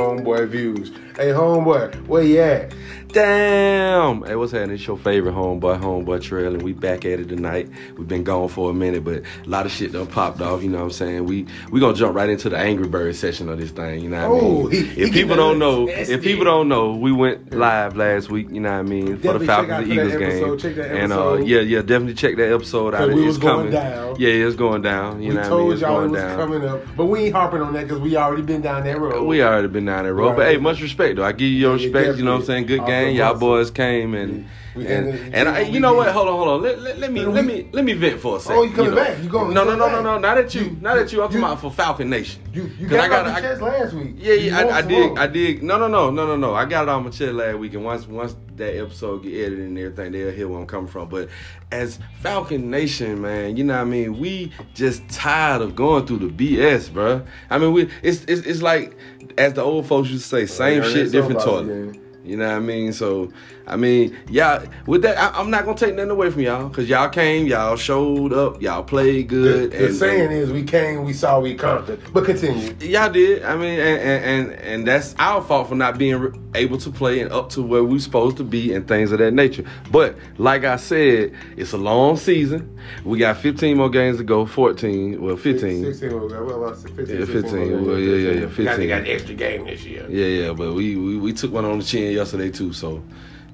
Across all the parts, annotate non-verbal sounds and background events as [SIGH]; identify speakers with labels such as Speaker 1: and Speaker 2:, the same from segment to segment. Speaker 1: Homeboy views. Hey, homeboy, where you at?
Speaker 2: Damn! Hey, what's happening? It's your favorite homeboy, homeboy trail, and we back at it tonight. We've been gone for a minute, but a lot of shit done popped off. You know what I'm saying? We we gonna jump right into the Angry Bird session of this thing. You know what
Speaker 1: Oh,
Speaker 2: I mean?
Speaker 1: he- he
Speaker 2: if people
Speaker 1: getting
Speaker 2: don't know, if
Speaker 1: invested.
Speaker 2: people don't know, we went live last week. You know what I mean? For
Speaker 1: Definitely check
Speaker 2: the Falcons
Speaker 1: out
Speaker 2: and
Speaker 1: for that
Speaker 2: Eagles
Speaker 1: episode.
Speaker 2: game.
Speaker 1: Check that
Speaker 2: and uh,
Speaker 1: episode.
Speaker 2: yeah, yeah, definitely check that episode out.
Speaker 1: we
Speaker 2: It's
Speaker 1: was going
Speaker 2: coming.
Speaker 1: down.
Speaker 2: Yeah, it's going down. You
Speaker 1: we
Speaker 2: know what I mean?
Speaker 1: told
Speaker 2: It's
Speaker 1: y'all it
Speaker 2: going
Speaker 1: was
Speaker 2: down.
Speaker 1: coming up, but we ain't harping on that because we already been down that road.
Speaker 2: We already been down that road, but
Speaker 1: Right.
Speaker 2: hey, much respect though. I give you your
Speaker 1: Yeah,
Speaker 2: respect. You know what I'm
Speaker 1: definitely.
Speaker 2: saying? Good
Speaker 1: Off
Speaker 2: game,
Speaker 1: the
Speaker 2: y'all
Speaker 1: hustle.
Speaker 2: boys came and
Speaker 1: We
Speaker 2: and,
Speaker 1: ended-
Speaker 2: and I,
Speaker 1: we
Speaker 2: you know what?
Speaker 1: did.
Speaker 2: Hold on, hold on. Let, let, let me
Speaker 1: But
Speaker 2: let
Speaker 1: we-
Speaker 2: me let me vent for a second.
Speaker 1: Oh, you coming
Speaker 2: know.
Speaker 1: back? You going-
Speaker 2: No,
Speaker 1: you
Speaker 2: no, no,
Speaker 1: coming
Speaker 2: no, no.
Speaker 1: back?
Speaker 2: Not at you.
Speaker 1: You-
Speaker 2: not at you. I'm
Speaker 1: you-
Speaker 2: talking about for Falcon Nation.
Speaker 1: You you
Speaker 2: 'Cause
Speaker 1: got,
Speaker 2: I got
Speaker 1: off your chest last week.
Speaker 2: yeah,
Speaker 1: You
Speaker 2: yeah,
Speaker 1: want
Speaker 2: I, I
Speaker 1: some
Speaker 2: did.
Speaker 1: more.
Speaker 2: I did. No, no, no, no, no, no. I got it on my chest last week, and once once that episode get edited and everything, they'll hear where I'm coming from. But as Falcon Nation, man, you know what I mean. We just tired of going through the BS, bruh. I mean, we it's it's, it's like as the old folks used to say, same
Speaker 1: yeah,
Speaker 2: shit,
Speaker 1: it's
Speaker 2: different
Speaker 1: all about
Speaker 2: toilet.
Speaker 1: it, yeah.
Speaker 2: You know what I mean? So, I mean, y'all, with that, I, I'm not going to take nothing away from y'all because y'all came, y'all showed up, y'all played
Speaker 1: The,
Speaker 2: good.
Speaker 1: the saying is, we came, we saw, we conquered. But continue.
Speaker 2: Y'all did. I mean, and, and and and that's our fault for not being re- able to play and up to where we supposed to be and things of that nature. But like I said, it's a long season. We got 15 more games to go. 14, well, 15.
Speaker 1: 16 was well, well, I said 15.
Speaker 2: Yeah, 15,
Speaker 1: was-
Speaker 2: well, yeah, yeah, yeah,
Speaker 1: Got, they
Speaker 2: 15.
Speaker 1: got the extra game this year.
Speaker 2: Yeah, yeah. But we, we we took one on the chin yesterday too. So.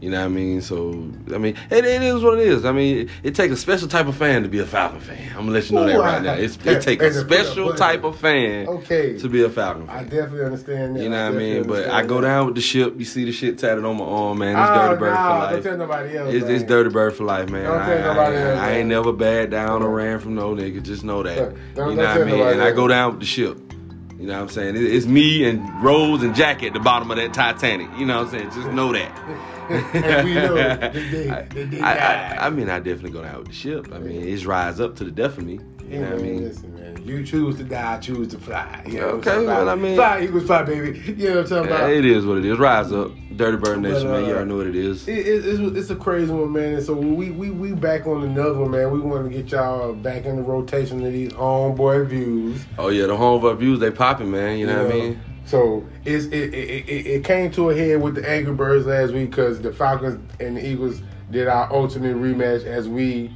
Speaker 2: You know what I mean? So I mean, it, it is what it is. I mean, it, it takes a special type of fan to be a Falcon fan. I'm gonna let you know that
Speaker 1: Ooh,
Speaker 2: right
Speaker 1: I-
Speaker 2: now. It's, it takes a
Speaker 1: That's a put up
Speaker 2: special
Speaker 1: button.
Speaker 2: type of fan
Speaker 1: Okay.
Speaker 2: to be a Falcon fan.
Speaker 1: I definitely understand that.
Speaker 2: You know what I
Speaker 1: definitely
Speaker 2: mean? But I
Speaker 1: understand
Speaker 2: go
Speaker 1: that.
Speaker 2: down with the ship. You see the shit tatted on my arm, man. It's
Speaker 1: Oh,
Speaker 2: Dirty Bird
Speaker 1: nah,
Speaker 2: for
Speaker 1: Don't
Speaker 2: life.
Speaker 1: tell nobody else.
Speaker 2: It's, it's
Speaker 1: man.
Speaker 2: Dirty Bird for life, man.
Speaker 1: Don't
Speaker 2: I,
Speaker 1: tell nobody
Speaker 2: I-
Speaker 1: else,
Speaker 2: I ain't
Speaker 1: man.
Speaker 2: never backed down or ran from no nigga. Just know that.
Speaker 1: Don't- don't
Speaker 2: you know what I
Speaker 1: tell
Speaker 2: mean?
Speaker 1: nobody
Speaker 2: And I
Speaker 1: else.
Speaker 2: go down with the ship. You know what I'm saying? It, it's me and Rose and Jack at the bottom of that Titanic. You know what I'm saying? Just know that.
Speaker 1: [LAUGHS] and we know that
Speaker 2: [LAUGHS]
Speaker 1: they,
Speaker 2: I,
Speaker 1: that they
Speaker 2: I-
Speaker 1: died.
Speaker 2: I- I mean, I definitely go down with the ship. I mean, it's rise up to the death of me. You know what I mean?
Speaker 1: Listen, man. You choose to die, I choose to fly. You know what I'm
Speaker 2: Okay,
Speaker 1: talking about?
Speaker 2: well, I mean-
Speaker 1: fly equals fly, baby. You know what I'm talking
Speaker 2: Yeah,
Speaker 1: about?
Speaker 2: It is what it is. Rise up, Dirty Bird Nation,
Speaker 1: But,
Speaker 2: man.
Speaker 1: uh,
Speaker 2: You already know what it is.
Speaker 1: It, it, it's, it's a crazy one, man. And so we, we we back on another one, man. We wanted to get y'all back in the rotation of these homeboy views.
Speaker 2: Oh yeah, the home of views they popping, man. You know what I mean?
Speaker 1: So it's, it, it, it it came to a head with the Angry Birds last week because the Falcons and the Eagles did our ultimate rematch as we,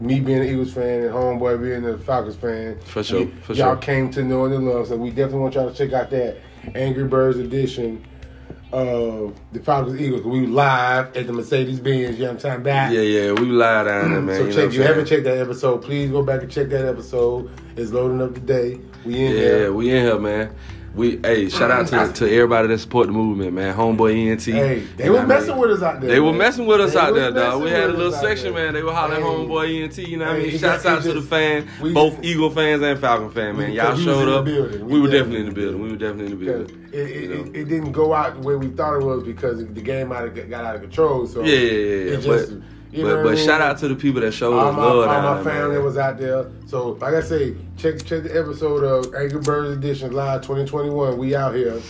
Speaker 1: me being an Eagles fan and homeboy being a Falcons fan.
Speaker 2: For sure,
Speaker 1: we-
Speaker 2: for
Speaker 1: y'all
Speaker 2: sure.
Speaker 1: came to know and love. So we definitely want y'all to check out that Angry Birds edition of the Falcons Eagles. We live at the Mercedes Benz. You know what I'm talking about?
Speaker 2: Yeah, yeah, we lie down there, man.
Speaker 1: So
Speaker 2: you know
Speaker 1: check.
Speaker 2: what
Speaker 1: If you
Speaker 2: I'm
Speaker 1: haven't
Speaker 2: saying?
Speaker 1: checked that episode, please go back and check that episode. It's loading up today. We in
Speaker 2: Yeah,
Speaker 1: there.
Speaker 2: we in here, man. We hey, shout out to, to everybody that support the movement, man. Homeboy ENT.
Speaker 1: Hey, they
Speaker 2: You know
Speaker 1: were
Speaker 2: what I
Speaker 1: messing
Speaker 2: mean?
Speaker 1: with us out there.
Speaker 2: They were
Speaker 1: man.
Speaker 2: messing with us
Speaker 1: They
Speaker 2: out
Speaker 1: was
Speaker 2: there, dog.
Speaker 1: messing
Speaker 2: We had a
Speaker 1: with
Speaker 2: little
Speaker 1: us out
Speaker 2: section,
Speaker 1: there.
Speaker 2: man. They were hollering
Speaker 1: Hey.
Speaker 2: homeboy ENT. You know what I
Speaker 1: Hey,
Speaker 2: mean?
Speaker 1: it
Speaker 2: Shouts
Speaker 1: got- it
Speaker 2: out to the
Speaker 1: just-
Speaker 2: fan,
Speaker 1: we
Speaker 2: both
Speaker 1: just-
Speaker 2: Eagle fans and Falcon fan, man.
Speaker 1: we-
Speaker 2: Y'all
Speaker 1: 'cause we was
Speaker 2: showed
Speaker 1: in the
Speaker 2: up.
Speaker 1: building. We
Speaker 2: We were
Speaker 1: definitely
Speaker 2: definitely in the building. We were definitely in the
Speaker 1: Because
Speaker 2: building.
Speaker 1: It, it,
Speaker 2: You know?
Speaker 1: it, it didn't go out the way we thought it was because the game out of, got out of control. So
Speaker 2: Yeah, yeah, yeah.
Speaker 1: it
Speaker 2: But
Speaker 1: just- you know
Speaker 2: but
Speaker 1: what I
Speaker 2: but
Speaker 1: mean?
Speaker 2: shout out to the people that showed
Speaker 1: all
Speaker 2: us
Speaker 1: my,
Speaker 2: love
Speaker 1: all
Speaker 2: down
Speaker 1: my
Speaker 2: there,
Speaker 1: family
Speaker 2: man.
Speaker 1: was out there. So like I say, check check the episode of Angry Birds Edition Live 2021. We out here,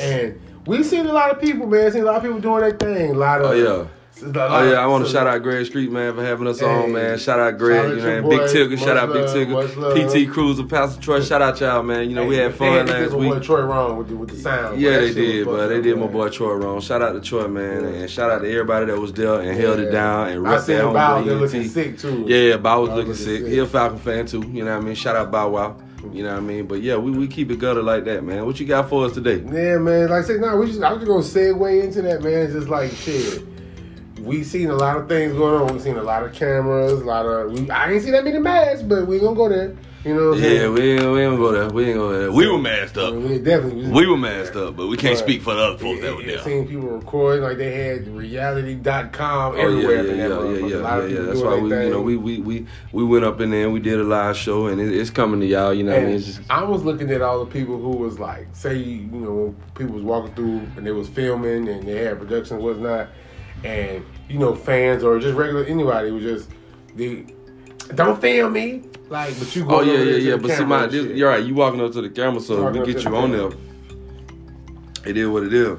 Speaker 1: and we seen a lot of people, man. Seen a lot of people doing their thing. A lot of
Speaker 2: Oh, yeah.
Speaker 1: A lot
Speaker 2: Oh yeah, I
Speaker 1: of-
Speaker 2: want to
Speaker 1: so-
Speaker 2: shout out Greg Street man for having us on,
Speaker 1: Hey,
Speaker 2: man. Shout out
Speaker 1: shout
Speaker 2: Greg,
Speaker 1: out
Speaker 2: you
Speaker 1: your
Speaker 2: know, Big
Speaker 1: boy.
Speaker 2: Tigger. Shout
Speaker 1: Much
Speaker 2: out Big
Speaker 1: love, much
Speaker 2: Tigger,
Speaker 1: love.
Speaker 2: PT Cruz and Pastor Troy. Shout out y'all, man. You know we had
Speaker 1: They had
Speaker 2: fun
Speaker 1: to give
Speaker 2: last
Speaker 1: my Boy
Speaker 2: week.
Speaker 1: Troy wrong with the, with the sound.
Speaker 2: Yeah,
Speaker 1: That
Speaker 2: they
Speaker 1: shit was
Speaker 2: did, but
Speaker 1: fucked
Speaker 2: they
Speaker 1: up,
Speaker 2: did my
Speaker 1: man.
Speaker 2: boy Troy wrong. Shout out to Troy, man, and shout out to everybody that was there and held it
Speaker 1: Yeah.
Speaker 2: down and
Speaker 1: I
Speaker 2: rocked
Speaker 1: seen
Speaker 2: that home.
Speaker 1: Bow there looking sick, too.
Speaker 2: Yeah, Bow was
Speaker 1: Bow
Speaker 2: looking
Speaker 1: looking
Speaker 2: sick.
Speaker 1: sick.
Speaker 2: He a Falcon fan too. You know what I mean? Shout out Bow Wow. You know what I mean? But yeah, we, we keep it gutter like that, man. What you got for us today?
Speaker 1: Yeah, man. Like I said, nah, we just I was just gonna segue into that, man. It's just like shit. We seen a lot of things going on. We seen a lot of cameras, a lot of. We, I ain't seen that many masks, but we gonna go there. You know. What I'm
Speaker 2: Yeah,
Speaker 1: saying?
Speaker 2: we ain't, we ain't gonna go there. We ain't gonna. We were masked
Speaker 1: I
Speaker 2: up.
Speaker 1: mean, we definitely.
Speaker 2: We were masked up, but we can't
Speaker 1: But
Speaker 2: speak for the other folks
Speaker 1: Yeah,
Speaker 2: that were
Speaker 1: yeah,
Speaker 2: there.
Speaker 1: Seen people recording like they had reality.com
Speaker 2: Oh yeah,
Speaker 1: everywhere. up
Speaker 2: yeah,
Speaker 1: in that
Speaker 2: yeah, yeah,
Speaker 1: motherfucker. A lot
Speaker 2: yeah,
Speaker 1: of
Speaker 2: yeah.
Speaker 1: people
Speaker 2: That's
Speaker 1: doing
Speaker 2: why we,
Speaker 1: their
Speaker 2: you know,
Speaker 1: thing.
Speaker 2: we we we we went up in there and we did a live show, and it, it's coming to y'all. You know, what I mean, it's just
Speaker 1: And I was looking at all the people who was like, say, you know, when people was walking through and they was filming and they had production and whatnot, and you know, fans or just regular anybody was just, they, don't film me, like, but you go.
Speaker 2: Oh yeah, yeah, yeah. But see, my this, you're right. You walking up to the camera, so
Speaker 1: Walking
Speaker 2: we
Speaker 1: up
Speaker 2: get
Speaker 1: to
Speaker 2: you
Speaker 1: the
Speaker 2: on there.
Speaker 1: camera.
Speaker 2: It is what it is.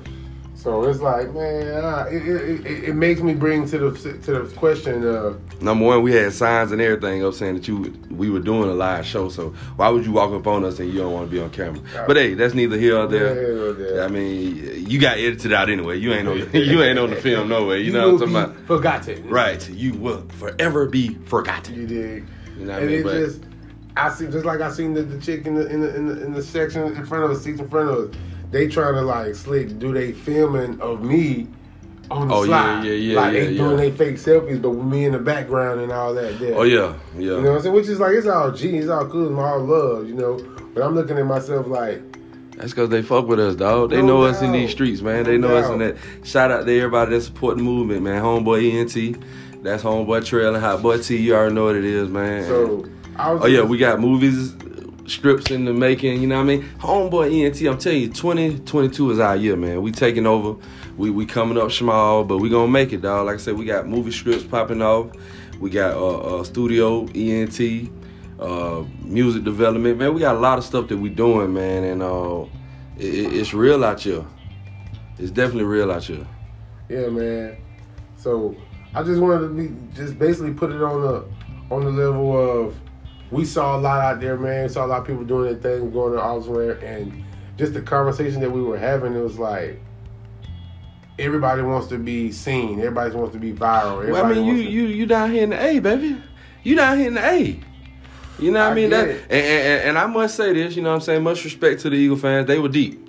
Speaker 1: So it's like, man, I, it, it, it, it makes me bring to the to the question of
Speaker 2: Number one, we had signs and everything up saying that you we were doing a live show. So why would you walk up on us and you don't want to be on camera? But hey, that's neither here or
Speaker 1: Yeah,
Speaker 2: there.
Speaker 1: yeah, yeah.
Speaker 2: I mean, you got edited out anyway. You
Speaker 1: [LAUGHS]
Speaker 2: ain't on the, you ain't on the film no way. You, know
Speaker 1: will
Speaker 2: what I'm
Speaker 1: be
Speaker 2: talking about?
Speaker 1: forgotten,
Speaker 2: Right. You will forever be forgotten.
Speaker 1: You dig?
Speaker 2: You know what I
Speaker 1: and
Speaker 2: mean?
Speaker 1: it
Speaker 2: But-
Speaker 1: just, I see, just like I seen the, the chick in the, in the in the in the section in front of us, seats in front of us. They trying to like slick do they filming of me on the
Speaker 2: Oh, yeah,
Speaker 1: slide,
Speaker 2: yeah, yeah,
Speaker 1: like they
Speaker 2: yeah,
Speaker 1: doing
Speaker 2: yeah.
Speaker 1: they fake selfies, but with me in the background and all that. Yeah.
Speaker 2: Oh yeah, yeah.
Speaker 1: You know what I'm saying? Which is like it's all G, it's all cool, and all love, you know. But I'm looking at myself like,
Speaker 2: That's because they fuck with us, dog. They
Speaker 1: No
Speaker 2: know us in
Speaker 1: doubt.
Speaker 2: these streets, man. They
Speaker 1: No
Speaker 2: know us in
Speaker 1: doubt.
Speaker 2: that. Shout out to everybody that support the movement, man. Homeboy ENT. That's Homeboy Trail and Hot Boy T. You already know what it is, man.
Speaker 1: so I was.
Speaker 2: oh, yeah, we got movies, uh, scripts in the making, you know what I mean? Homeboy ENT, I'm telling you, 2022 is our year, man. We taking over. We we coming up small, but we gonna make it, dog. Like I said, we got movie scripts popping off. We got uh, uh studio ENT, uh music development, man. We got a lot of stuff that we doing, man, and uh it, it- it's real out here. It's definitely real out here.
Speaker 1: Yeah, man. So I just wanted to be just basically put it on the on the level of we saw a lot out there, man. Saw a lot of people doing their thing, going to elsewhere, and just the conversation that we were having. It was like everybody wants to be seen. Everybody wants to be viral. Everybody
Speaker 2: Well, I mean, you
Speaker 1: wants to,
Speaker 2: you you down here in the A, baby. You down here in the A. You know what I,
Speaker 1: I
Speaker 2: mean?
Speaker 1: get
Speaker 2: That,
Speaker 1: it.
Speaker 2: and, and, and- and I must say this, you know what I'm saying? Much respect to the Eagle fans. They were deep.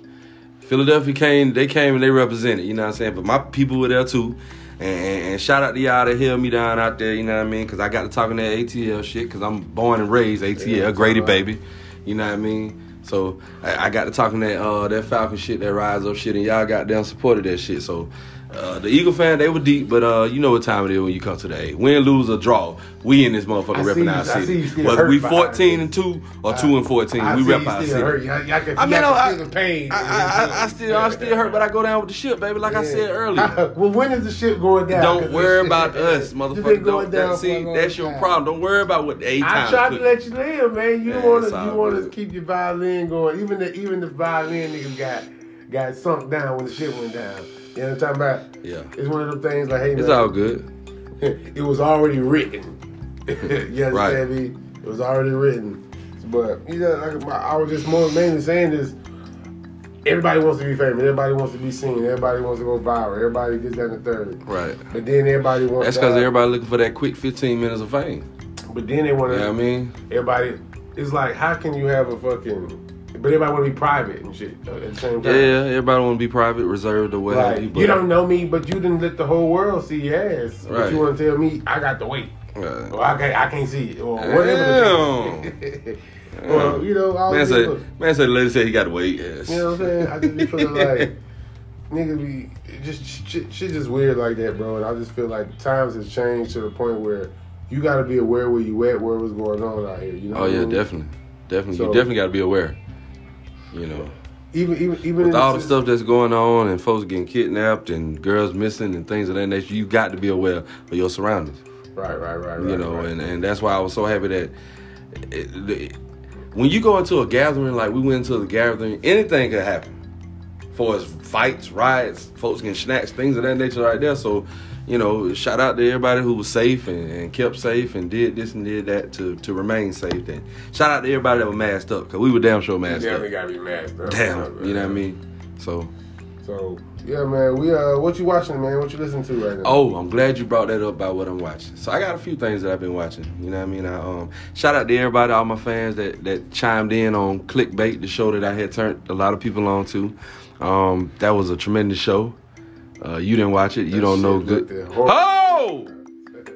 Speaker 2: Philadelphia came, they came and they represented, you know what I'm saying? But my people were there too. And, and, and shout out to y'all that held me down out there, you know what I mean? Because I got to talking that ATL shit, because I'm born and raised ATL,
Speaker 1: Yeah, that's
Speaker 2: Grady
Speaker 1: all right.
Speaker 2: baby. You know what I mean? So I, I got to talking that uh, that Falcon shit, that Rise Up shit, and y'all got down supported that shit. So uh, the Eagle fan, they were deep, but uh, you know what time it is when you come to the A. Win, lose, or draw, we in this motherfucker
Speaker 1: I see
Speaker 2: repping
Speaker 1: you-
Speaker 2: our
Speaker 1: I see
Speaker 2: city.
Speaker 1: you still
Speaker 2: Whether
Speaker 1: hurt
Speaker 2: we
Speaker 1: by
Speaker 2: 14
Speaker 1: it.
Speaker 2: and two or two and 14,
Speaker 1: I
Speaker 2: we
Speaker 1: see
Speaker 2: rep
Speaker 1: you
Speaker 2: our
Speaker 1: still
Speaker 2: city.
Speaker 1: hurt. Y'all, y'all can,
Speaker 2: I mean,
Speaker 1: y'all
Speaker 2: I-
Speaker 1: can feel the pain.
Speaker 2: I, I, I, I still, I still hurt, but I go down with the ship, baby. Like I said earlier.
Speaker 1: [LAUGHS] well, when is the shit going down? 'Cause
Speaker 2: Don't
Speaker 1: this
Speaker 2: worry
Speaker 1: shit- [LAUGHS]
Speaker 2: about us,
Speaker 1: It's been going
Speaker 2: motherfucker. Don't
Speaker 1: down
Speaker 2: that,
Speaker 1: for a
Speaker 2: see,
Speaker 1: long
Speaker 2: that's your
Speaker 1: time.
Speaker 2: problem. Don't worry about what the A
Speaker 1: I
Speaker 2: time.
Speaker 1: tried
Speaker 2: took.
Speaker 1: to let you live, man. You
Speaker 2: Yeah,
Speaker 1: want
Speaker 2: it's
Speaker 1: to
Speaker 2: all
Speaker 1: you want to
Speaker 2: good.
Speaker 1: keep your violin going. Even the even the violin niggas got got sunk down when the shit went down. You know what I'm talking about?
Speaker 2: Yeah.
Speaker 1: It's one of them things like, hey
Speaker 2: It's
Speaker 1: man,
Speaker 2: all good.
Speaker 1: [LAUGHS] it was already written. [LAUGHS] you understand
Speaker 2: Right.
Speaker 1: me? It was already written. But you know, like my, I was just more mainly saying this. Everybody wants to be famous. Everybody wants to be seen. Everybody wants to go viral. Everybody gets down the third.
Speaker 2: Right.
Speaker 1: But then everybody wants.
Speaker 2: That's because
Speaker 1: to-
Speaker 2: everybody looking for that quick 15 minutes of fame.
Speaker 1: But then they want
Speaker 2: You
Speaker 1: to.
Speaker 2: know what I mean?
Speaker 1: everybody it's like how can you have a fucking but everybody want to be private and shit at the same
Speaker 2: Yeah,
Speaker 1: time
Speaker 2: everybody want to be private, reserved, or what
Speaker 1: like
Speaker 2: have you. But,
Speaker 1: you don't know me but you didn't let the whole world see your ass but
Speaker 2: Right.
Speaker 1: you want to tell me i got the weight
Speaker 2: Right.
Speaker 1: or i can't, I can't see it or whatever the case. [LAUGHS] or you know all
Speaker 2: man,
Speaker 1: these
Speaker 2: said,
Speaker 1: little-
Speaker 2: man said, the lady said he got to wait. Yes.
Speaker 1: you know what i'm saying i just be
Speaker 2: [LAUGHS]
Speaker 1: feeling like niggas be it just shit, shit just weird like that bro and i just feel like times has changed to the point where you got to be aware where you at where what's going on out here you know
Speaker 2: oh,
Speaker 1: what I
Speaker 2: yeah,
Speaker 1: mean?
Speaker 2: definitely. Definitely.
Speaker 1: So-
Speaker 2: you definitely got to be aware. You know,
Speaker 1: even even even in
Speaker 2: with all the
Speaker 1: si-
Speaker 2: stuff that's going on and folks getting kidnapped and girls missing and things of that nature, you got to be aware of your surroundings.
Speaker 1: right right right
Speaker 2: you
Speaker 1: right,
Speaker 2: know,
Speaker 1: right.
Speaker 2: and, and that's why I was so happy that it, the, when you go into a gathering like we went into the gathering, anything could happen. For as fights, riots, folks getting snatched, things of that nature right there. So, you know, shout out to everybody who was safe and, and kept safe and did this and did that to, to remain safe. And shout out to everybody that was masked up because we were damn sure masked
Speaker 1: Definitely
Speaker 2: up.
Speaker 1: gotta be masked up.
Speaker 2: Damn, you know what I mean? So,
Speaker 1: So yeah, man. We uh, what you watching, man? What you listening to right now?
Speaker 2: Oh, I'm glad you brought that up by what I'm watching. So I got a few things that I've been watching. You know what I mean? I um shout out to everybody, all my fans that that chimed in on clickbait, the show that I had turned a lot of people on to. Um, that was a tremendous show. Uh, you didn't watch it. You
Speaker 1: That
Speaker 2: don't know
Speaker 1: shit
Speaker 2: good.
Speaker 1: looked horrible.
Speaker 2: Oh,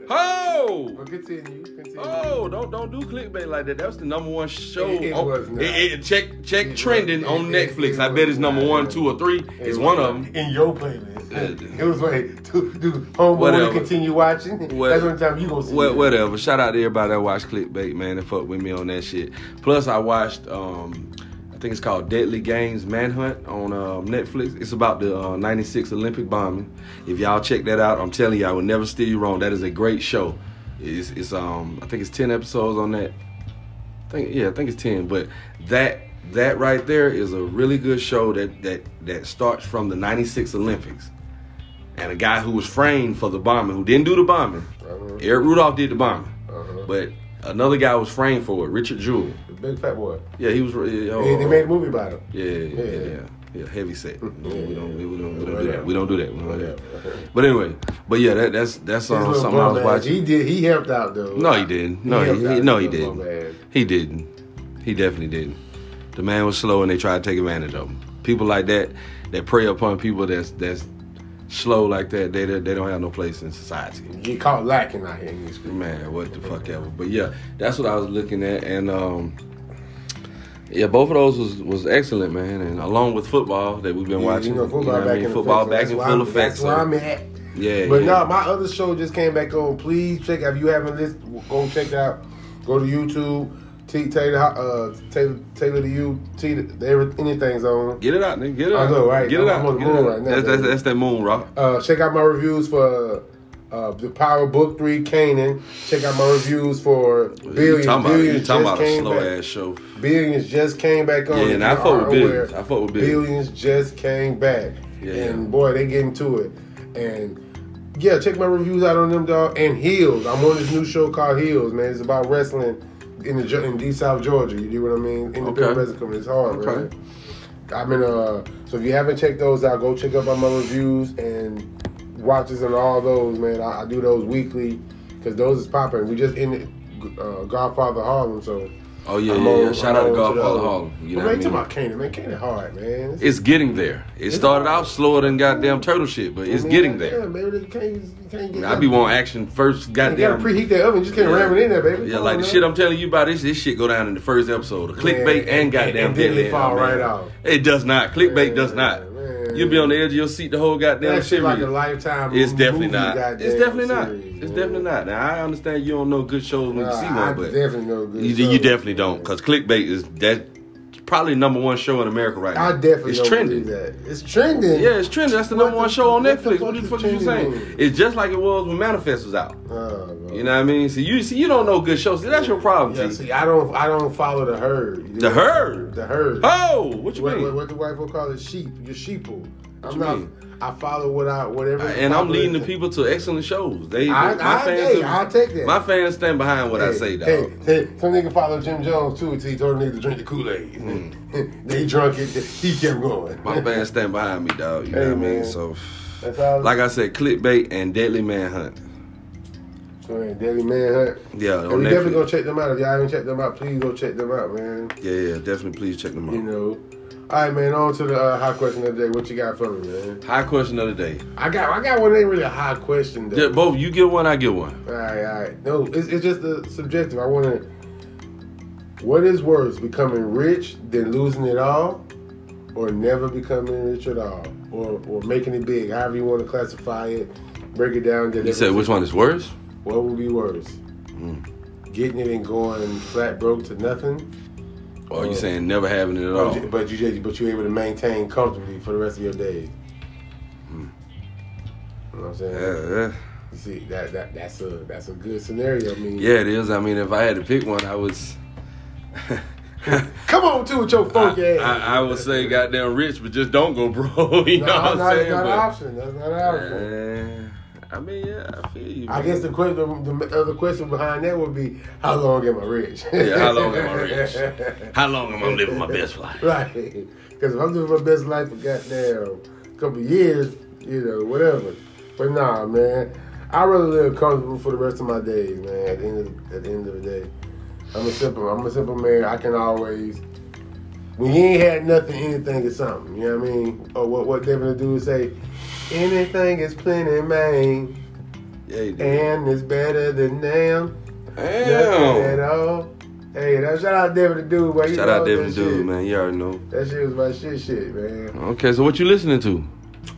Speaker 2: oh,
Speaker 1: But continue, continue.
Speaker 2: oh! Don't don't do clickbait like that. That was the number one show.
Speaker 1: It- it
Speaker 2: on-
Speaker 1: was not.
Speaker 2: it- it- check check
Speaker 1: It
Speaker 2: trending
Speaker 1: was-
Speaker 2: on
Speaker 1: it- it-
Speaker 2: Netflix.
Speaker 1: it
Speaker 2: I bet it's
Speaker 1: was
Speaker 2: number
Speaker 1: not.
Speaker 2: one, two, or three.
Speaker 1: It
Speaker 2: It's
Speaker 1: was
Speaker 2: one of them.
Speaker 1: in your playlist.
Speaker 2: Yeah.
Speaker 1: [LAUGHS] It was like, do, do homeboy
Speaker 2: Whatever.
Speaker 1: wanna continue watching. That's the
Speaker 2: Whatever.
Speaker 1: only time you gonna see.
Speaker 2: What,
Speaker 1: it.
Speaker 2: whatever. Shout out to everybody that watched Clickbait, man, and fuck with me on that shit. Plus, I watched, um, I think it's called Deadly Games Manhunt on um, Netflix. It's about the uh, '96 Olympic bombing. If y'all check that out, I'm telling you, I will never steer you wrong. That is a great show. It's, it's um, I think it's ten episodes on that. I think yeah, I think it's ten. But that that right there is a really good show that that that starts from the 96 Olympics. And a guy who was framed for the bombing, who didn't do the bombing.
Speaker 1: Uh-huh.
Speaker 2: Eric Rudolph did the bombing.
Speaker 1: Uh-huh.
Speaker 2: But another guy was framed for it, Richard Jewell.
Speaker 1: The big fat boy.
Speaker 2: Yeah, he was. Yeah,
Speaker 1: They, they made a movie about him.
Speaker 2: yeah, yeah, yeah, yeah, yeah, heavy set.
Speaker 1: Mm-hmm.
Speaker 2: No, we don't, we, we don't, we don't do that. We don't do that. We don't do that. But anyway, but yeah, that, that's that's
Speaker 1: His
Speaker 2: um,
Speaker 1: little
Speaker 2: something I
Speaker 1: bum
Speaker 2: was
Speaker 1: ass,
Speaker 2: watching.
Speaker 1: He did. He helped out though.
Speaker 2: No, he didn't. No,
Speaker 1: helped
Speaker 2: he,
Speaker 1: out
Speaker 2: he-
Speaker 1: his
Speaker 2: no, he
Speaker 1: little bum
Speaker 2: didn't.
Speaker 1: ass.
Speaker 2: He didn't. He definitely didn't. The man was slow, and they tried to take advantage of him. People like that that prey upon people that's that's slow like that. They they don't have no place in society.
Speaker 1: Get caught lacking out here in these streets.
Speaker 2: Man, what the fuck ever. But yeah, that's what I was looking at, and um, yeah, both of those was, was excellent, man. And along with football that we've been
Speaker 1: Yeah,
Speaker 2: watching,
Speaker 1: you know, football
Speaker 2: what I
Speaker 1: back
Speaker 2: mean?
Speaker 1: in
Speaker 2: football
Speaker 1: full
Speaker 2: back
Speaker 1: effect.
Speaker 2: in
Speaker 1: so
Speaker 2: full
Speaker 1: that's where I'm-
Speaker 2: effect.
Speaker 1: That's where
Speaker 2: so-
Speaker 1: I'm at.
Speaker 2: yeah,
Speaker 1: But
Speaker 2: yeah.
Speaker 1: no, my other show just came back on. Please check if you haven't listened, go check out. Go to YouTube. T Taylor, uh, Taylor, Taylor to you. T, every- anything's on.
Speaker 2: Get it out, nigga. Get it
Speaker 1: I
Speaker 2: out.
Speaker 1: know, right?
Speaker 2: Get it
Speaker 1: I'm
Speaker 2: out.
Speaker 1: on the
Speaker 2: Get it
Speaker 1: moon
Speaker 2: out.
Speaker 1: right now,
Speaker 2: that's, that's,
Speaker 1: baby.
Speaker 2: that's that moon rock.
Speaker 1: Uh, check out my reviews for uh, the Power Book Three, Canaan. Check out my reviews for
Speaker 2: you
Speaker 1: Billions.
Speaker 2: talking about, you
Speaker 1: Billions
Speaker 2: talking
Speaker 1: just
Speaker 2: about a
Speaker 1: came
Speaker 2: slow
Speaker 1: back.
Speaker 2: ass show.
Speaker 1: Billions just came back on.
Speaker 2: Yeah,
Speaker 1: If
Speaker 2: and I
Speaker 1: you
Speaker 2: fuck
Speaker 1: are
Speaker 2: with Billions. I fuck with Billions.
Speaker 1: just came back,
Speaker 2: Yeah.
Speaker 1: and boy, they getting to it. And yeah, check my reviews out on them, dog. And Heels. I'm on this new show called Heels, man. It's about wrestling in the Ge- in D South Georgia. You do what I mean? Independent
Speaker 2: Okay.
Speaker 1: wrestling company. It's hard,
Speaker 2: Okay.
Speaker 1: man. I mean, uh, so if you haven't checked those out, go check out my reviews and watches and all those, man. I, I do those weekly because those is popping. We just ended uh, Godfather Harlem, so
Speaker 2: Oh yeah,
Speaker 1: I'm
Speaker 2: yeah, yeah.
Speaker 1: on- I'm
Speaker 2: Shout out
Speaker 1: on
Speaker 2: to
Speaker 1: the-
Speaker 2: Godfather Harlem. You know
Speaker 1: but
Speaker 2: what I
Speaker 1: they talking
Speaker 2: mean?
Speaker 1: about Canaan, man. Canaan hard, man.
Speaker 2: It's getting there. It started out slower than goddamn turtle shit, but it's
Speaker 1: Man,
Speaker 2: getting there.
Speaker 1: Yeah, baby, they can't, you can't get
Speaker 2: I be wanting action first.
Speaker 1: You gotta
Speaker 2: Goddamn.
Speaker 1: preheat that oven. You just can't ram it in there, baby.
Speaker 2: Yeah,
Speaker 1: Come
Speaker 2: like
Speaker 1: on,
Speaker 2: the
Speaker 1: man.
Speaker 2: shit I'm telling you about this, this shit go down in the first episode. The clickbait
Speaker 1: and-
Speaker 2: and goddamn
Speaker 1: and then it
Speaker 2: deadly end,
Speaker 1: fall
Speaker 2: man.
Speaker 1: right off.
Speaker 2: It does not. Clickbait does not.
Speaker 1: Man, man.
Speaker 2: You'll be on the edge of your seat the whole
Speaker 1: That
Speaker 2: goddamn
Speaker 1: shit
Speaker 2: series.
Speaker 1: like a lifetime.
Speaker 2: It's definitely
Speaker 1: movie,
Speaker 2: not.
Speaker 1: goddamn
Speaker 2: It's definitely not.
Speaker 1: series,
Speaker 2: It's
Speaker 1: man.
Speaker 2: definitely not. Now I understand you don't know good shows when you
Speaker 1: Nah,
Speaker 2: see
Speaker 1: I
Speaker 2: one, but you,
Speaker 1: definitely know good.
Speaker 2: you
Speaker 1: shows,
Speaker 2: definitely don't
Speaker 1: man.
Speaker 2: because clickbait is that probably number one show in America right now.
Speaker 1: I definitely
Speaker 2: it's
Speaker 1: don't
Speaker 2: trending.
Speaker 1: believe that. It's trending.
Speaker 2: Yeah, it's trending. That's the
Speaker 1: What
Speaker 2: number
Speaker 1: the-
Speaker 2: one show on
Speaker 1: what the
Speaker 2: Netflix.
Speaker 1: fuck
Speaker 2: What the
Speaker 1: is
Speaker 2: fuck are you
Speaker 1: trending?
Speaker 2: saying? It's just like it was when Manifest was out.
Speaker 1: Oh, bro.
Speaker 2: You know what I mean? See, you see, you don't know good shows. See, that's your problem.
Speaker 1: Yeah,
Speaker 2: G.
Speaker 1: see, I don't, I don't follow the herd. You
Speaker 2: The
Speaker 1: know?
Speaker 2: herd?
Speaker 1: The herd.
Speaker 2: Oh, what you
Speaker 1: What,
Speaker 2: mean?
Speaker 1: what, what the white folk call it? Sheep. Your sheeple. I'm
Speaker 2: you
Speaker 1: not.
Speaker 2: mean?
Speaker 1: I follow what I whatever. is
Speaker 2: and I'm
Speaker 1: popular.
Speaker 2: leading the people to excellent shows. They,
Speaker 1: I-
Speaker 2: my
Speaker 1: I-
Speaker 2: fans,
Speaker 1: hey, I'll take that.
Speaker 2: My fans stand behind what I
Speaker 1: Hey,
Speaker 2: say, dog.
Speaker 1: Hey, hey, some nigga follow Jim Jones too until he told the nigga to drink the Kool Aid. [LAUGHS] they drunk it. He kept going.
Speaker 2: My fans stand behind me, dog. You
Speaker 1: Hey,
Speaker 2: know what I
Speaker 1: man.
Speaker 2: mean? So,
Speaker 1: [LAUGHS] That's all.
Speaker 2: like I said, clickbait and Deadly Manhunt.
Speaker 1: man, Deadly Manhunt.
Speaker 2: Yeah,
Speaker 1: And
Speaker 2: on
Speaker 1: we definitely
Speaker 2: Netflix.
Speaker 1: gonna check them out. If y'all haven't checked them out, please go check them out, man.
Speaker 2: Yeah, yeah, definitely. Please check them out.
Speaker 1: You know. All right, man. On to the uh, hot question of the day. What you got for me, man?
Speaker 2: High question of the day.
Speaker 1: I got, I got one. that Ain't really a hot question though.
Speaker 2: Yeah, both you get one, I get one.
Speaker 1: All right, all right. No, it's, it's just the subjective. I want to. What is worse, becoming rich than losing it all, or never becoming rich at all, or or making it big? However you want to classify it, break it down.
Speaker 2: You said which one is worse?
Speaker 1: What would be worse?
Speaker 2: Mm.
Speaker 1: Getting it and going flat broke to nothing,
Speaker 2: Or
Speaker 1: Oh.
Speaker 2: you saying never having it at
Speaker 1: but
Speaker 2: all?
Speaker 1: you- but you just- but you able to maintain comfortably for the rest of your days. You know what I'm saying?
Speaker 2: Mm. Yeah, yeah.
Speaker 1: You see that, that that's a that's a good scenario. I mean,
Speaker 2: Yeah, it is. I mean, if I had to pick one,
Speaker 1: [LAUGHS]
Speaker 2: I was.
Speaker 1: Come on, too, with your
Speaker 2: I,
Speaker 1: funk ass.
Speaker 2: I, I would say goddamn rich, but just don't go, bro. [LAUGHS] you
Speaker 1: No,
Speaker 2: know what
Speaker 1: no,
Speaker 2: I'm
Speaker 1: that's
Speaker 2: saying?
Speaker 1: not an
Speaker 2: But-
Speaker 1: option. That's not an option.
Speaker 2: Uh, I mean, yeah, I feel you.
Speaker 1: I
Speaker 2: man.
Speaker 1: guess the question, the, the other question behind that would be, how long am I rich?
Speaker 2: Yeah, how
Speaker 1: [LAUGHS]
Speaker 2: long am I rich? How long am I living my best life?
Speaker 1: right. Because if I'm living my best life for goddamn couple of years, you know, whatever. But nah, man, I rather live comfortable for the rest of my days, man. At the end of, at the end of the day, I'm a simple, I'm a simple man. I can always. When you ain't had nothing, anything is something. You know what I mean? Or what what Devin do is say, anything is plenty, man,
Speaker 2: [LAUGHS] Yeah, you do.
Speaker 1: and it's better than them. Nothing at
Speaker 2: Damn.
Speaker 1: all. Hey, that shout out Devin the dude, man. You
Speaker 2: Shout
Speaker 1: know
Speaker 2: out
Speaker 1: that
Speaker 2: Devin
Speaker 1: shit.
Speaker 2: Dude, man. You already know.
Speaker 1: That shit was my shit, shit, man.
Speaker 2: Okay, so what you listening to?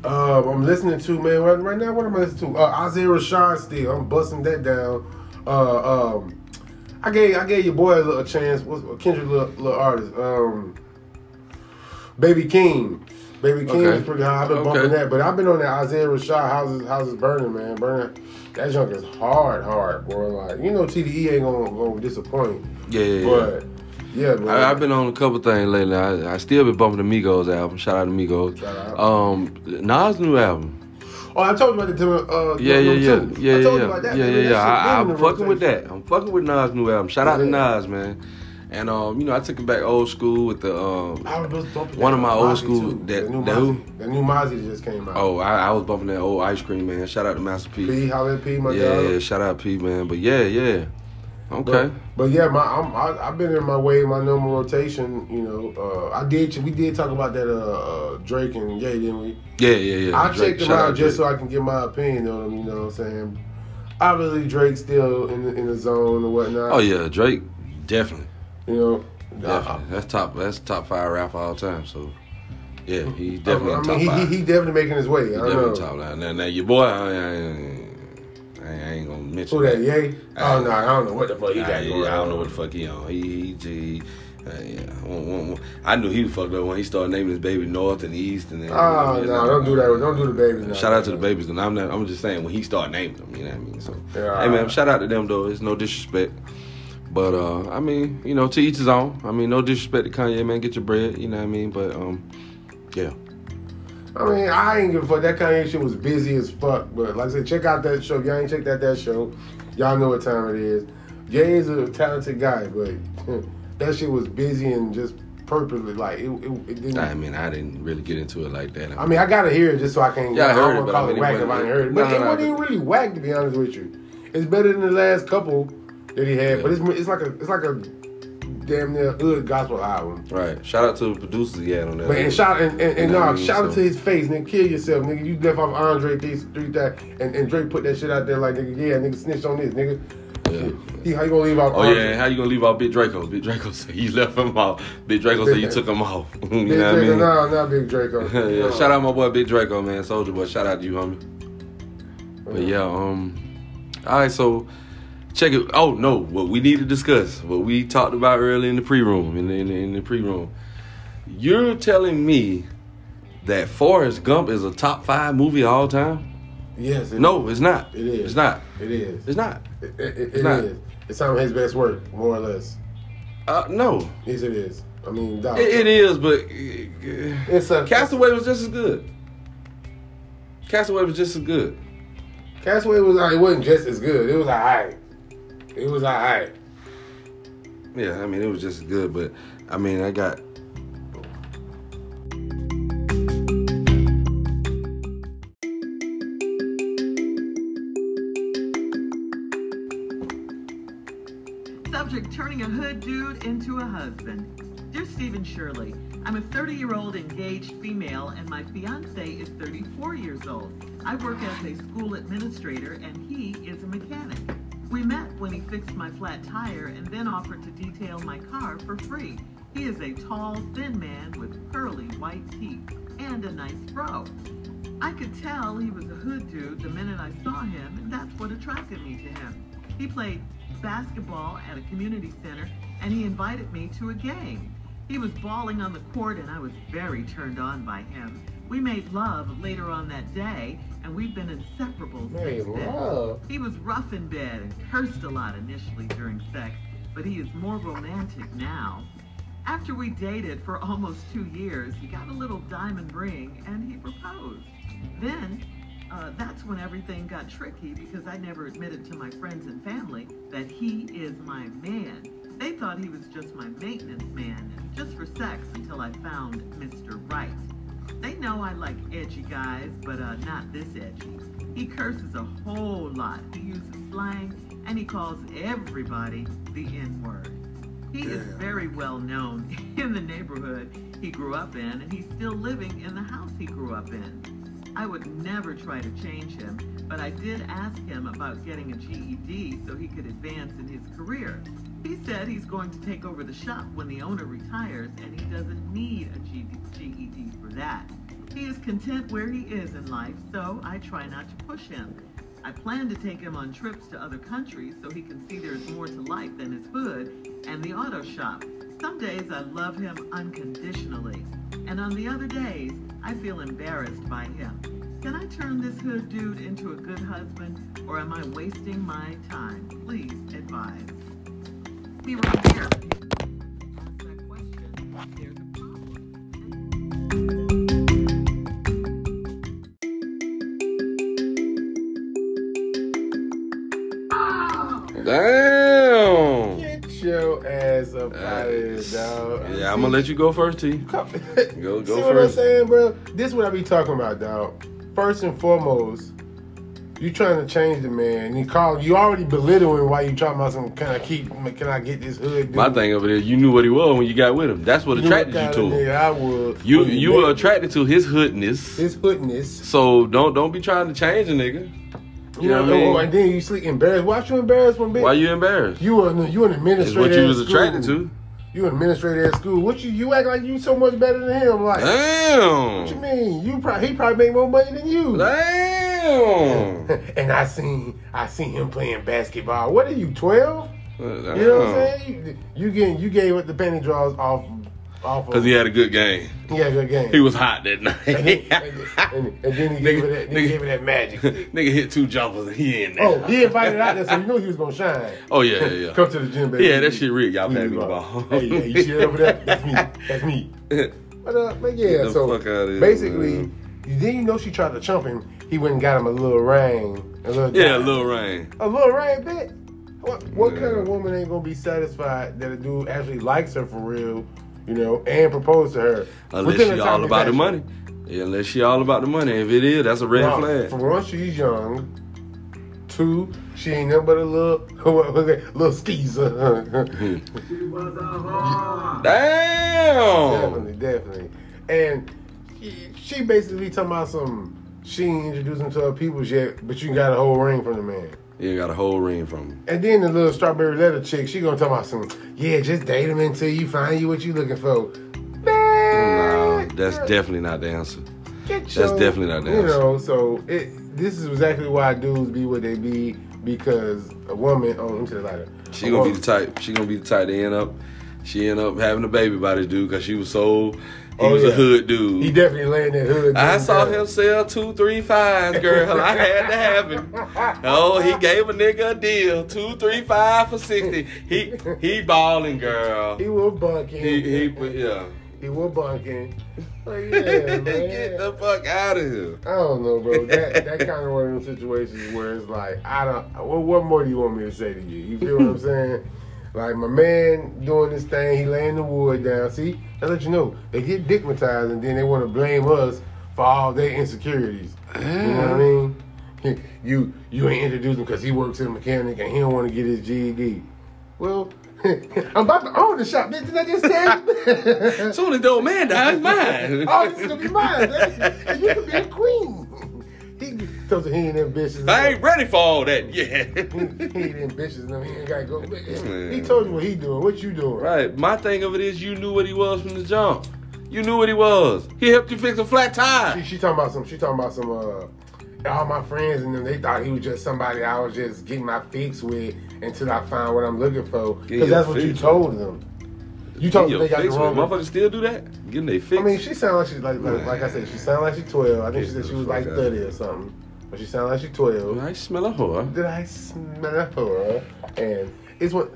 Speaker 1: Um, I'm listening to man right, right now. What am I listening to? Uh, Isaiah Rashad still. I'm busting that down. Uh, um, I gave I gave your boy a little chance. What's Kendrick little, little artist? Um, Baby King. Baby King
Speaker 2: Okay.
Speaker 1: is pretty high. I've been
Speaker 2: Okay.
Speaker 1: bumping that, but I've been on that Isaiah Rashad houses houses burning man burning. That junk is hard, hard, boy. Like you know, TDE ain't E gonna, gonna disappoint.
Speaker 2: Yeah, yeah, yeah.
Speaker 1: But Yeah, man.
Speaker 2: I, I've been on a couple things lately. I, I still been bumping the Migos album. Shout out to Migos.
Speaker 1: Shout out.
Speaker 2: Um, Nas new album.
Speaker 1: Oh, I told you about the Timber. Uh,
Speaker 2: Yeah, yeah,
Speaker 1: number
Speaker 2: yeah,
Speaker 1: two.
Speaker 2: yeah,
Speaker 1: I
Speaker 2: yeah,
Speaker 1: told you about
Speaker 2: yeah,
Speaker 1: that.
Speaker 2: yeah,
Speaker 1: man. That
Speaker 2: yeah.
Speaker 1: shit
Speaker 2: I,
Speaker 1: been
Speaker 2: I'm
Speaker 1: in the
Speaker 2: fucking with
Speaker 1: rotation.
Speaker 2: that. I'm fucking with Nas new album. Shout out to
Speaker 1: Yeah.
Speaker 2: Nas, man. And um, you know, I took him back old school with the um.
Speaker 1: I was bumping
Speaker 2: One
Speaker 1: that
Speaker 2: of my
Speaker 1: Mozzie,
Speaker 2: old school-
Speaker 1: too.
Speaker 2: that-
Speaker 1: the new
Speaker 2: that who?
Speaker 1: Mozzie- the new Mozzie that just came out.
Speaker 2: Oh, I, I was bumping that old ice cream, man. Shout out to Master P.
Speaker 1: P, holla at P, my
Speaker 2: yeah,
Speaker 1: dog.
Speaker 2: yeah. Shout out P, man. But yeah, yeah.
Speaker 1: But,
Speaker 2: Okay.
Speaker 1: but yeah, my I'm, I, I've been in my way, my normal rotation. You know, uh, I did. We did talk about that uh, uh, Drake and Ye, didn't we?
Speaker 2: yeah, yeah, yeah.
Speaker 1: I
Speaker 2: Drake,
Speaker 1: checked him
Speaker 2: shout
Speaker 1: out
Speaker 2: Drake.
Speaker 1: just so I can get my opinion on him. You know what I'm saying? Obviously, Drake's still in the, in the zone and whatnot.
Speaker 2: Oh yeah, Drake, definitely,
Speaker 1: You know, I-
Speaker 2: definitely. That's top. That's top five rapper all time. So, yeah, he's
Speaker 1: I,
Speaker 2: definitely
Speaker 1: I
Speaker 2: top
Speaker 1: mean, he,
Speaker 2: five.
Speaker 1: he, he definitely making his way. I don't
Speaker 2: definitely
Speaker 1: know.
Speaker 2: top line. Now, now your boy, I, I, I, I ain't gonna mention
Speaker 1: Who that? Ye?
Speaker 2: I-
Speaker 1: Oh no, I don't know what the fuck he
Speaker 2: I,
Speaker 1: got
Speaker 2: Uh, I
Speaker 1: going. on.
Speaker 2: don't know what the fuck he on. He, he, he uh, yeah. I won't- won't- won't- I knew he was fucked up when he started naming his baby North and East and.
Speaker 1: Oh, no, don't do that. Don't do the babies now.
Speaker 2: Shout out to the babies, and I'm not. I'm just saying when he started naming them, you know what I mean. So,
Speaker 1: Yeah.
Speaker 2: hey man, shout out to them though. It's no disrespect, but uh, I mean, you know, to each his own. I mean, no disrespect to Kanye, man. Get your bread, you know what I mean. But um, yeah,
Speaker 1: I mean, I ain't give a fuck. That Kanye shit was busy as fuck. But like I said, check out that show. If y'all ain't checked out that show, y'all know what time it is. Jay is a talented guy, but that shit was busy and just purposely like it. It, it didn't.
Speaker 2: I mean, I didn't really get into it like that.
Speaker 1: I mean, I gotta hear it just so I can.
Speaker 2: Yeah, I
Speaker 1: I
Speaker 2: heard it,
Speaker 1: don't wanna
Speaker 2: but
Speaker 1: call
Speaker 2: I mean,
Speaker 1: it
Speaker 2: it
Speaker 1: whack
Speaker 2: wasn't-
Speaker 1: if I ain't heard it.
Speaker 2: no,
Speaker 1: But
Speaker 2: no,
Speaker 1: it
Speaker 2: no,
Speaker 1: wasn't
Speaker 2: I
Speaker 1: even really whack, to be honest with you. It's better than the last couple that he had, but it's it's like a it's like a damn near hood gospel album.
Speaker 2: right? Shout out to the producers he had on that.
Speaker 1: But and shout and, and, and
Speaker 2: You know what I
Speaker 1: nah,
Speaker 2: mean?
Speaker 1: shout out
Speaker 2: So-
Speaker 1: to his face, nigga. Kill yourself, nigga. You left off Andre these three that and, and Drake put that shit out there like nigga, yeah, nigga snitched on this, nigga.
Speaker 2: Yeah.
Speaker 1: He, how you gonna leave off
Speaker 2: Oh
Speaker 1: Andre?
Speaker 2: yeah, and how you gonna leave out Big Draco? Big Draco [LAUGHS] said you left him out. Big
Speaker 1: [LAUGHS]
Speaker 2: Draco said you took him off. [LAUGHS] you
Speaker 1: Big
Speaker 2: know
Speaker 1: Draco,
Speaker 2: what
Speaker 1: nah, not Big Draco.
Speaker 2: I mean? [LAUGHS] yeah, shout out my boy Big Draco, man, Soldier Boy. Shout out to you, homie. But yeah, um, all right, so check it. Oh no, what we need to discuss, what we talked about earlier in the pre-room, in the, in the, in the pre-room. You're telling me that Forrest Gump is a top five movie of all time?
Speaker 1: Yes, it,
Speaker 2: No, it's not.
Speaker 1: It is.
Speaker 2: It's not.
Speaker 1: it is. It,
Speaker 2: It's not.
Speaker 1: it, it, it
Speaker 2: it's not.
Speaker 1: is. It's some of his best work, more or less.
Speaker 2: Uh, no,
Speaker 1: Yes, it is. I mean, dog.
Speaker 2: it, it is, but. uh,
Speaker 1: It's a
Speaker 2: Castaway was just as good. Castaway was just as good.
Speaker 1: Castaway was. Like, it wasn't just as good. It was alright. It was alright.
Speaker 2: Yeah, I mean it was just as good, but I mean I got
Speaker 3: Subject turning a hood dude into a husband. Dear Stephen Shirley, I'm a 30 year old engaged female and my fiance is 34 years old. I work as a school administrator and he is a mechanic. We met when he fixed my flat tire and then offered to detail my car for free. He is a tall, thin man with pearly white teeth and a nice fro. I could tell he was a hood dude the minute I saw him, and that's what attracted me to him. He played basketball at a community center, and he invited me to a game. He was balling on the court, and I was very turned on by him. We made love later on that day, and we've been inseparable
Speaker 1: Made
Speaker 3: since then.
Speaker 1: love?
Speaker 3: He was rough in bed and cursed a lot initially during sex, but he is more romantic now. After we dated for almost two years, he got a little diamond ring and he proposed. Then, uh, that's when everything got tricky because I never admitted to my friends and family that he is my man. They thought he was just my maintenance man, just for sex until I found Mr. Right. They know I like edgy guys, but uh, not this edgy. He curses a whole lot. He uses slang, and he calls everybody the N word. He is very well known [LAUGHS] in the neighborhood he grew up in, and he's still living in the house he grew up in. I would never try to change him, but I did ask him about getting a GED so he could advance in his career. He said he's going to take over the shop when the owner retires, and he doesn't need a E GED GED for that. He is content where he is in life, so I try not to push him. I plan to take him on trips to other countries so he can see there's more to life than his hood and the auto shop. Some days I love him unconditionally, and on the other days, I feel embarrassed by him. Can I turn this hood dude into a good husband, or am I wasting my time? Please advise. We were here. there's a problem.
Speaker 2: Damn.
Speaker 1: Get your ass up out of here,
Speaker 2: Nice.
Speaker 1: dog.
Speaker 2: Yeah, I'm gonna let you go first, T.
Speaker 1: Come-
Speaker 2: Go-
Speaker 1: [LAUGHS]
Speaker 2: go
Speaker 1: See what I'm
Speaker 2: first.
Speaker 1: saying, bro? This is what I be talking about, dog. First and foremost, you trying to change the man. You call. You already belittling why you talking about some. Can I keep? Can I get this hood? Dude?
Speaker 2: My thing over there, you knew what he was when you got with him. That's what
Speaker 1: You know what
Speaker 2: attracted you
Speaker 1: kind
Speaker 2: to
Speaker 1: of
Speaker 2: him.
Speaker 1: nigga I would.
Speaker 2: You
Speaker 1: would
Speaker 2: you
Speaker 1: make.
Speaker 2: were attracted to his hoodness.
Speaker 1: His hoodness.
Speaker 2: So don't don't be trying to change a nigga.
Speaker 1: You know,
Speaker 2: what I mean?
Speaker 1: Oh, and then you sleep embarrassed. Why you embarrassed when bitch?
Speaker 2: Why you embarrassed?
Speaker 1: You were an- you were an
Speaker 2: It's
Speaker 1: administrator.
Speaker 2: what you
Speaker 1: at
Speaker 2: was
Speaker 1: school.
Speaker 2: attracted to.
Speaker 1: You an administrator at school. What you you act like you so much better than him? Like what you
Speaker 2: Damn.
Speaker 1: mean? You probably he probably make more money than you. [LAUGHS]
Speaker 2: Damn.
Speaker 1: and I seen I seen him playing basketball. What are you twelve?
Speaker 2: Damn.
Speaker 1: You know what I'm saying? You, you getting you gave up the penny draws off off
Speaker 2: Cause he had a good game.
Speaker 1: he had a good game.
Speaker 2: He was hot that night.
Speaker 1: and,
Speaker 2: [LAUGHS]
Speaker 1: then, and, and then he gave it that then he
Speaker 2: Nigga-
Speaker 1: gave it that magic. stick.
Speaker 2: nigga hit two jumpers and he in there.
Speaker 1: oh, he invited out there, so you knew he was gonna shine.
Speaker 2: Oh, yeah, yeah, yeah.
Speaker 1: Come to the gym, baby.
Speaker 2: Yeah, that shit real. Y'all
Speaker 1: We
Speaker 2: pass me
Speaker 1: need
Speaker 2: the
Speaker 1: to go.
Speaker 2: ball.
Speaker 1: hey, hey, you see that over there? That's me. That's me. But, uh, but yeah,
Speaker 2: the
Speaker 1: so
Speaker 2: fuck outta here,
Speaker 1: basically,
Speaker 2: man.
Speaker 1: then you know she tried to chump him. He went and got him a little ring. A little
Speaker 2: [LAUGHS] yeah,
Speaker 1: dime.
Speaker 2: Lil Rain.
Speaker 1: A little ring bit. What, what
Speaker 2: Yeah.
Speaker 1: kind of woman ain't gonna be satisfied that a dude actually likes her for real, you know, and propose to her
Speaker 2: Unless
Speaker 1: within a
Speaker 2: she all
Speaker 1: timely
Speaker 2: about the
Speaker 1: fashion?
Speaker 2: money. Yeah, unless she all about the money. If it is, that's a red
Speaker 1: Now, For
Speaker 2: flag.
Speaker 1: one, she's young. Two, she ain't nothing but a little, [LAUGHS] what was that? little
Speaker 2: [LAUGHS]
Speaker 1: skeezer. [LAUGHS]
Speaker 2: Damn.
Speaker 1: Definitely, definitely. And she basically talking about some. She ain't introduced him to her peoples yet, but you got a whole ring from the man.
Speaker 2: You got a whole ring from him.
Speaker 1: And then the little strawberry letter chick, she gonna talk about some. Yeah, just date him until you find you what you looking for. Nah,
Speaker 2: No, that's definitely not the answer.
Speaker 1: Get
Speaker 2: that's definitely not the
Speaker 1: You
Speaker 2: answer.
Speaker 1: know, so it. This is exactly why dudes be what they be because a woman. Oh, let me tell you later.
Speaker 2: She gonna be the type. She gonna be the type to end up. She end up having a baby by this dude because she was so. He
Speaker 1: Oh,
Speaker 2: was
Speaker 1: yeah.
Speaker 2: a hood dude.
Speaker 1: He definitely laying that hood.
Speaker 2: I
Speaker 1: down.
Speaker 2: saw him sell two, three fives, girl. I had to have him. Oh, he gave a nigga a deal. Two, three, five for sixty. He he balling, girl.
Speaker 1: He was bunking.
Speaker 2: He he but yeah.
Speaker 1: He was
Speaker 2: [LAUGHS]
Speaker 1: bunking. Like, yeah, man.
Speaker 2: Get the fuck out of here.
Speaker 1: I don't know, bro. That that kind of one of those situations where it's like, I don't. What, what more do you want me to say to you? You feel what I'm saying? Like my man doing this thing, he laying the wood down. See, I let you know they get digmatized, and then they want to blame us for all their insecurities. You know what I mean? [LAUGHS] You you ain't introduced him because he works in mechanic and he don't want to get his GED. Well, [LAUGHS] I'm about to own the shop, bitch. Did I just tell you?
Speaker 2: [LAUGHS] Soon as the old man dies, mine.
Speaker 1: [LAUGHS] Oh, this is gonna be mine. baby. You could be a queen. He tells her he ain't ambitious.
Speaker 2: I ain't ready for all
Speaker 1: [LAUGHS]
Speaker 2: that. Yeah.
Speaker 1: He ain't ambitious. enough. He ain't gotta go. He
Speaker 2: Man.
Speaker 1: told you what he doing. What you doing?
Speaker 2: Right. My thing of it is, you knew what he was from the jump. You knew what he was. He helped you fix a flat
Speaker 1: She,
Speaker 2: tire.
Speaker 1: she talking about some. She talking about some. Uh, all my friends and them. They thought he was just somebody I was just getting my fix with until I found what I'm looking for.
Speaker 2: Get
Speaker 1: Because
Speaker 2: your
Speaker 1: that's what you
Speaker 2: fix,
Speaker 1: told them. You told them
Speaker 2: Get your
Speaker 1: they got the
Speaker 2: fix, man.
Speaker 1: wrong.
Speaker 2: Motherfuckers still do that. Getting they fix.
Speaker 1: I mean, she sound like she's like like, like I said. She sound like she's twelve. I think she
Speaker 2: Get
Speaker 1: said she
Speaker 2: the
Speaker 1: was
Speaker 2: fuck
Speaker 1: like
Speaker 2: out.
Speaker 1: thirty or something. But she sound like she's twelve.
Speaker 2: I smell a whore.
Speaker 1: Did I smell her? And it's what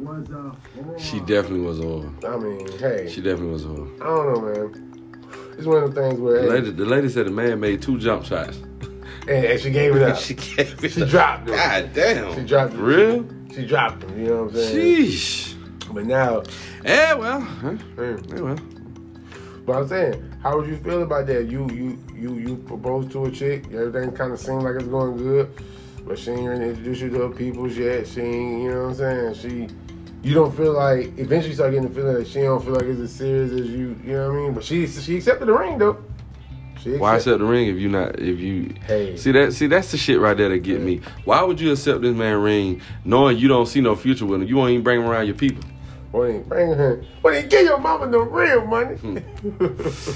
Speaker 3: Was a
Speaker 2: She definitely was on.
Speaker 1: I mean. Hey,
Speaker 2: She definitely was on.
Speaker 1: I don't know, man. It's one of the things where
Speaker 2: The
Speaker 1: hey,
Speaker 2: lady, the lady said the man made two jump shots.
Speaker 1: and, and she gave it up.
Speaker 2: [LAUGHS] she
Speaker 1: she,
Speaker 2: gave it.
Speaker 1: She
Speaker 2: up.
Speaker 1: dropped it.
Speaker 2: God damn.
Speaker 1: dropped it.
Speaker 2: Real?
Speaker 1: She dropped him. You know what I'm saying?
Speaker 2: Sheesh.
Speaker 1: But now,
Speaker 2: Eh well. Huh?
Speaker 1: mm,
Speaker 2: Eh well.
Speaker 1: but I'm saying, how would you feel about that? You you you you propose to a chick. Everything kind of seemed like it's going good, but she ain't really introduce you to her peoples yet. She ain't. You know what I'm saying? She. You don't feel like eventually you start getting the feeling that she don't feel like it's as serious as you. You know what I mean? But she she accepted the ring though. She
Speaker 2: Why
Speaker 1: accept-
Speaker 2: accept the ring if you not if you
Speaker 1: Hey.
Speaker 2: see that see that's the shit right there that get me. Why would you accept this man ring knowing you don't see no future with him? You won't even bring him around your people.
Speaker 1: What ain't bring her? What ain't give your mama the real money? [LAUGHS]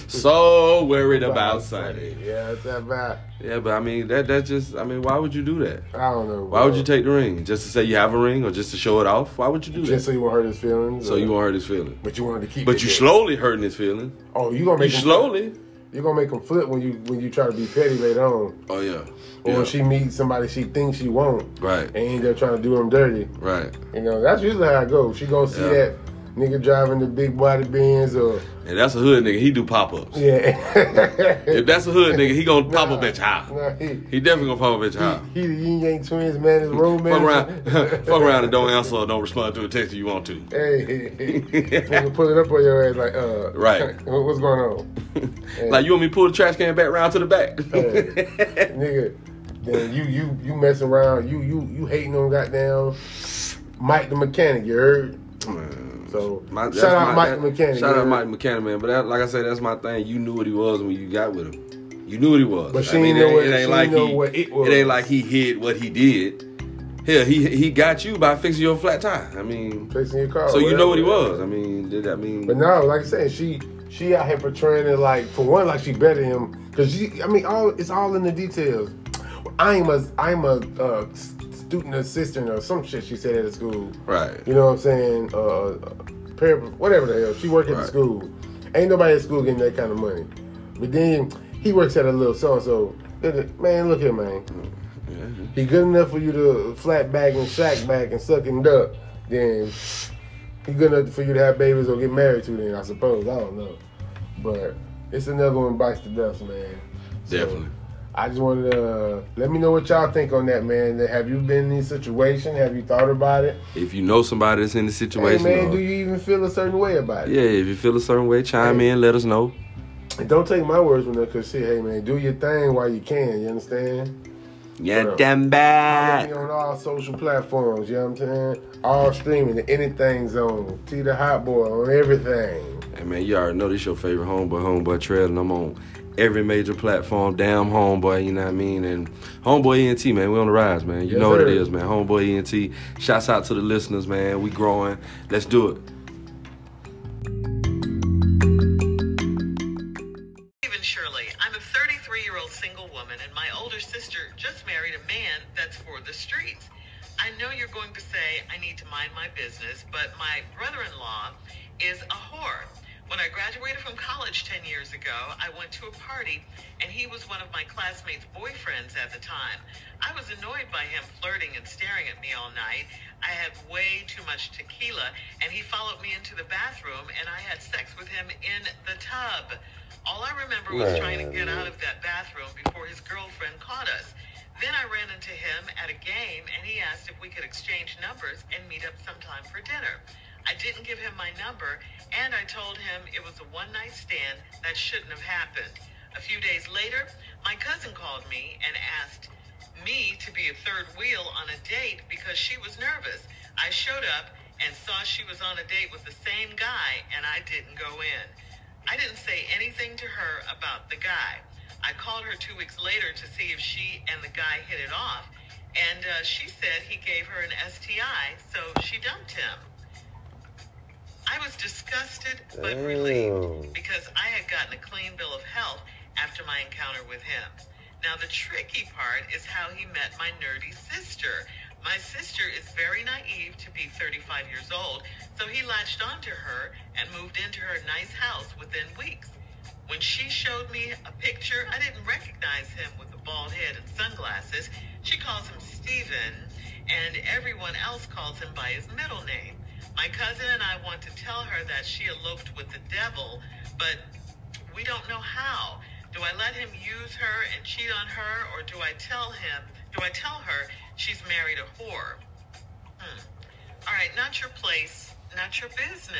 Speaker 2: So worried Hmm. about Sunday.
Speaker 1: Yeah, that's about.
Speaker 2: Yeah, but I mean that that just I mean why would you do that?
Speaker 1: I don't know.
Speaker 2: Why would you take the ring just to say you have a ring or just to show it off? Why would you do
Speaker 1: Just so
Speaker 2: that?
Speaker 1: you won't hurt his feelings.
Speaker 2: So
Speaker 1: or-
Speaker 2: you won't hurt his feeling.
Speaker 1: But you wanted to keep.
Speaker 2: But
Speaker 1: it
Speaker 2: you
Speaker 1: there.
Speaker 2: slowly hurting his feeling.
Speaker 1: Oh, you gonna
Speaker 2: You
Speaker 1: make him
Speaker 2: slowly.
Speaker 1: You gonna make him flip when you when you try to be petty later on,
Speaker 2: Oh yeah.
Speaker 1: or
Speaker 2: Yeah.
Speaker 1: when she meets somebody she thinks she won't,
Speaker 2: Right.
Speaker 1: and end up trying to do him dirty.
Speaker 2: Right.
Speaker 1: You know, that's usually how I go. She gonna see
Speaker 2: Yeah.
Speaker 1: that nigga driving the big body Benz or
Speaker 2: And that's a hood nigga. He do pop ups.
Speaker 1: yeah.
Speaker 2: If that's a hood nigga, he gonna pop up at your
Speaker 1: [LAUGHS]
Speaker 2: house.
Speaker 1: nah, he,
Speaker 2: He definitely gonna pop up at your house.
Speaker 1: he the Yin Yang twins, man. His road [LAUGHS]
Speaker 2: Fuck
Speaker 1: man.
Speaker 2: around, [LAUGHS] fuck around and don't answer or don't respond to a text if you want to.
Speaker 1: [LAUGHS] Hey, hey, hey. Nigga pull it up on your ass like, uh,
Speaker 2: Right.
Speaker 1: [LAUGHS] what- what's going on,
Speaker 2: Like you want me to pull the trash can back round to the back? [LAUGHS]
Speaker 1: Hey. nigga? Then you you you mess around, you you you hating on goddamn Mike the mechanic. You heard? So
Speaker 2: My- that's
Speaker 1: shout out
Speaker 2: my-
Speaker 1: Mike
Speaker 2: that-
Speaker 1: the mechanic.
Speaker 2: Shout
Speaker 1: you
Speaker 2: out
Speaker 1: heard?
Speaker 2: Mike the Mechanic, man. But that, like I said, that's my thing. You knew what he was when you got with him. You knew what he was.
Speaker 1: But
Speaker 2: I
Speaker 1: she
Speaker 2: mean,
Speaker 1: ain't
Speaker 2: it
Speaker 1: know
Speaker 2: ain't-
Speaker 1: what-
Speaker 2: it
Speaker 1: she
Speaker 2: ain't like
Speaker 1: ain't know
Speaker 2: he.
Speaker 1: what it was.
Speaker 2: It ain't like he hid what he did. Hell, he he got you by fixing your flat tire. I mean,
Speaker 1: Fixing your car.
Speaker 2: so you know what he
Speaker 1: whatever.
Speaker 2: was. I mean, did I mean?
Speaker 1: But no, like I said, she she out here portraying it like for one, like she better than him because she. I mean, all it's all in the details. I'm a I'm a uh, s- student assistant or some shit she said at the school.
Speaker 2: Right.
Speaker 1: You know what I'm saying? Uh, uh, parap- whatever the hell. She work at
Speaker 2: Right.
Speaker 1: the school. Ain't nobody at school getting that kind of money. But then he works at a little so and so. Man, look here, man. He good enough for you to flat back and shack back and suck and duck. Then he good enough for you to have babies or get married to. Then I suppose I don't know. But it's another one bites the dust, man. So,
Speaker 2: Definitely.
Speaker 1: I just wanted to uh, let me know what y'all think on that, man. Have you been in this situation? Have you thought about it?
Speaker 2: If you know somebody that's in the
Speaker 1: Hey
Speaker 2: situation,
Speaker 1: man,
Speaker 2: or-
Speaker 1: do you even feel a certain way about it?
Speaker 2: yeah, if you feel a certain way, chime in. Let us know.
Speaker 1: And don't take my words from that, cause shit, hey man, do your thing while you can. You understand?
Speaker 2: Yeah,
Speaker 1: Well,
Speaker 2: damn
Speaker 1: Follow
Speaker 2: bad.
Speaker 1: me on all social platforms. You know what I'm saying? All streaming, the anything zone, T the hot boy on everything.
Speaker 2: Hey man, you already know this your favorite homeboy, homeboy trail, and I'm on every major platform. Damn homeboy, you know what I mean? And homeboy ENT, man, we on the rise, man. You
Speaker 1: Yes,
Speaker 2: know what it
Speaker 1: sir.
Speaker 2: is, man. Homeboy ENT. Shouts out to the listeners, man. We growing. Let's do it.
Speaker 3: Stephen Shirley. I'm a 33 year old single woman, and my older sister just married a man that's for the streets. I know you're going to say I need to mind my business, but my brother in law is a whore. When I graduated from college 10 years ago, I went to a party, and he was one of my classmates' boyfriends at the time. I was annoyed by him flirting and staring at me all night. I had way too much tequila, and he followed me into the bathroom, and I had sex with him in the tub. All I remember was trying to get out of that bathroom before his girlfriend caught us. Then I ran into him at a game and he asked if we could exchange numbers and meet up sometime for dinner. I didn't give him my number and I told him it was a one night stand that shouldn't have happened. A few days later, my cousin called me and asked me to be a third wheel on a date because she was nervous. I showed up and saw she was on a date with the same guy and I didn't go in. I didn't say anything to her about the guy. I called her two weeks later to see if she and the guy hit it off, and uh, she said he gave her an STI, so she dumped him. I was disgusted but relieved because I had gotten a clean bill of health after my encounter with him. Now, the tricky part is how he met my nerdy sister. My sister is very naive to be 35 years old, so he latched onto her and moved into her nice house within weeks. When she showed me a picture, I didn't recognize him with a bald head and sunglasses. She calls him Steven, and everyone else calls him by his middle name. My cousin and I want to tell her that she eloped with the devil, but we don't know how. Do I let him use her and cheat on her, or do I tell him, do I tell her she's married a whore? Hmm. All right, not your place, not your business.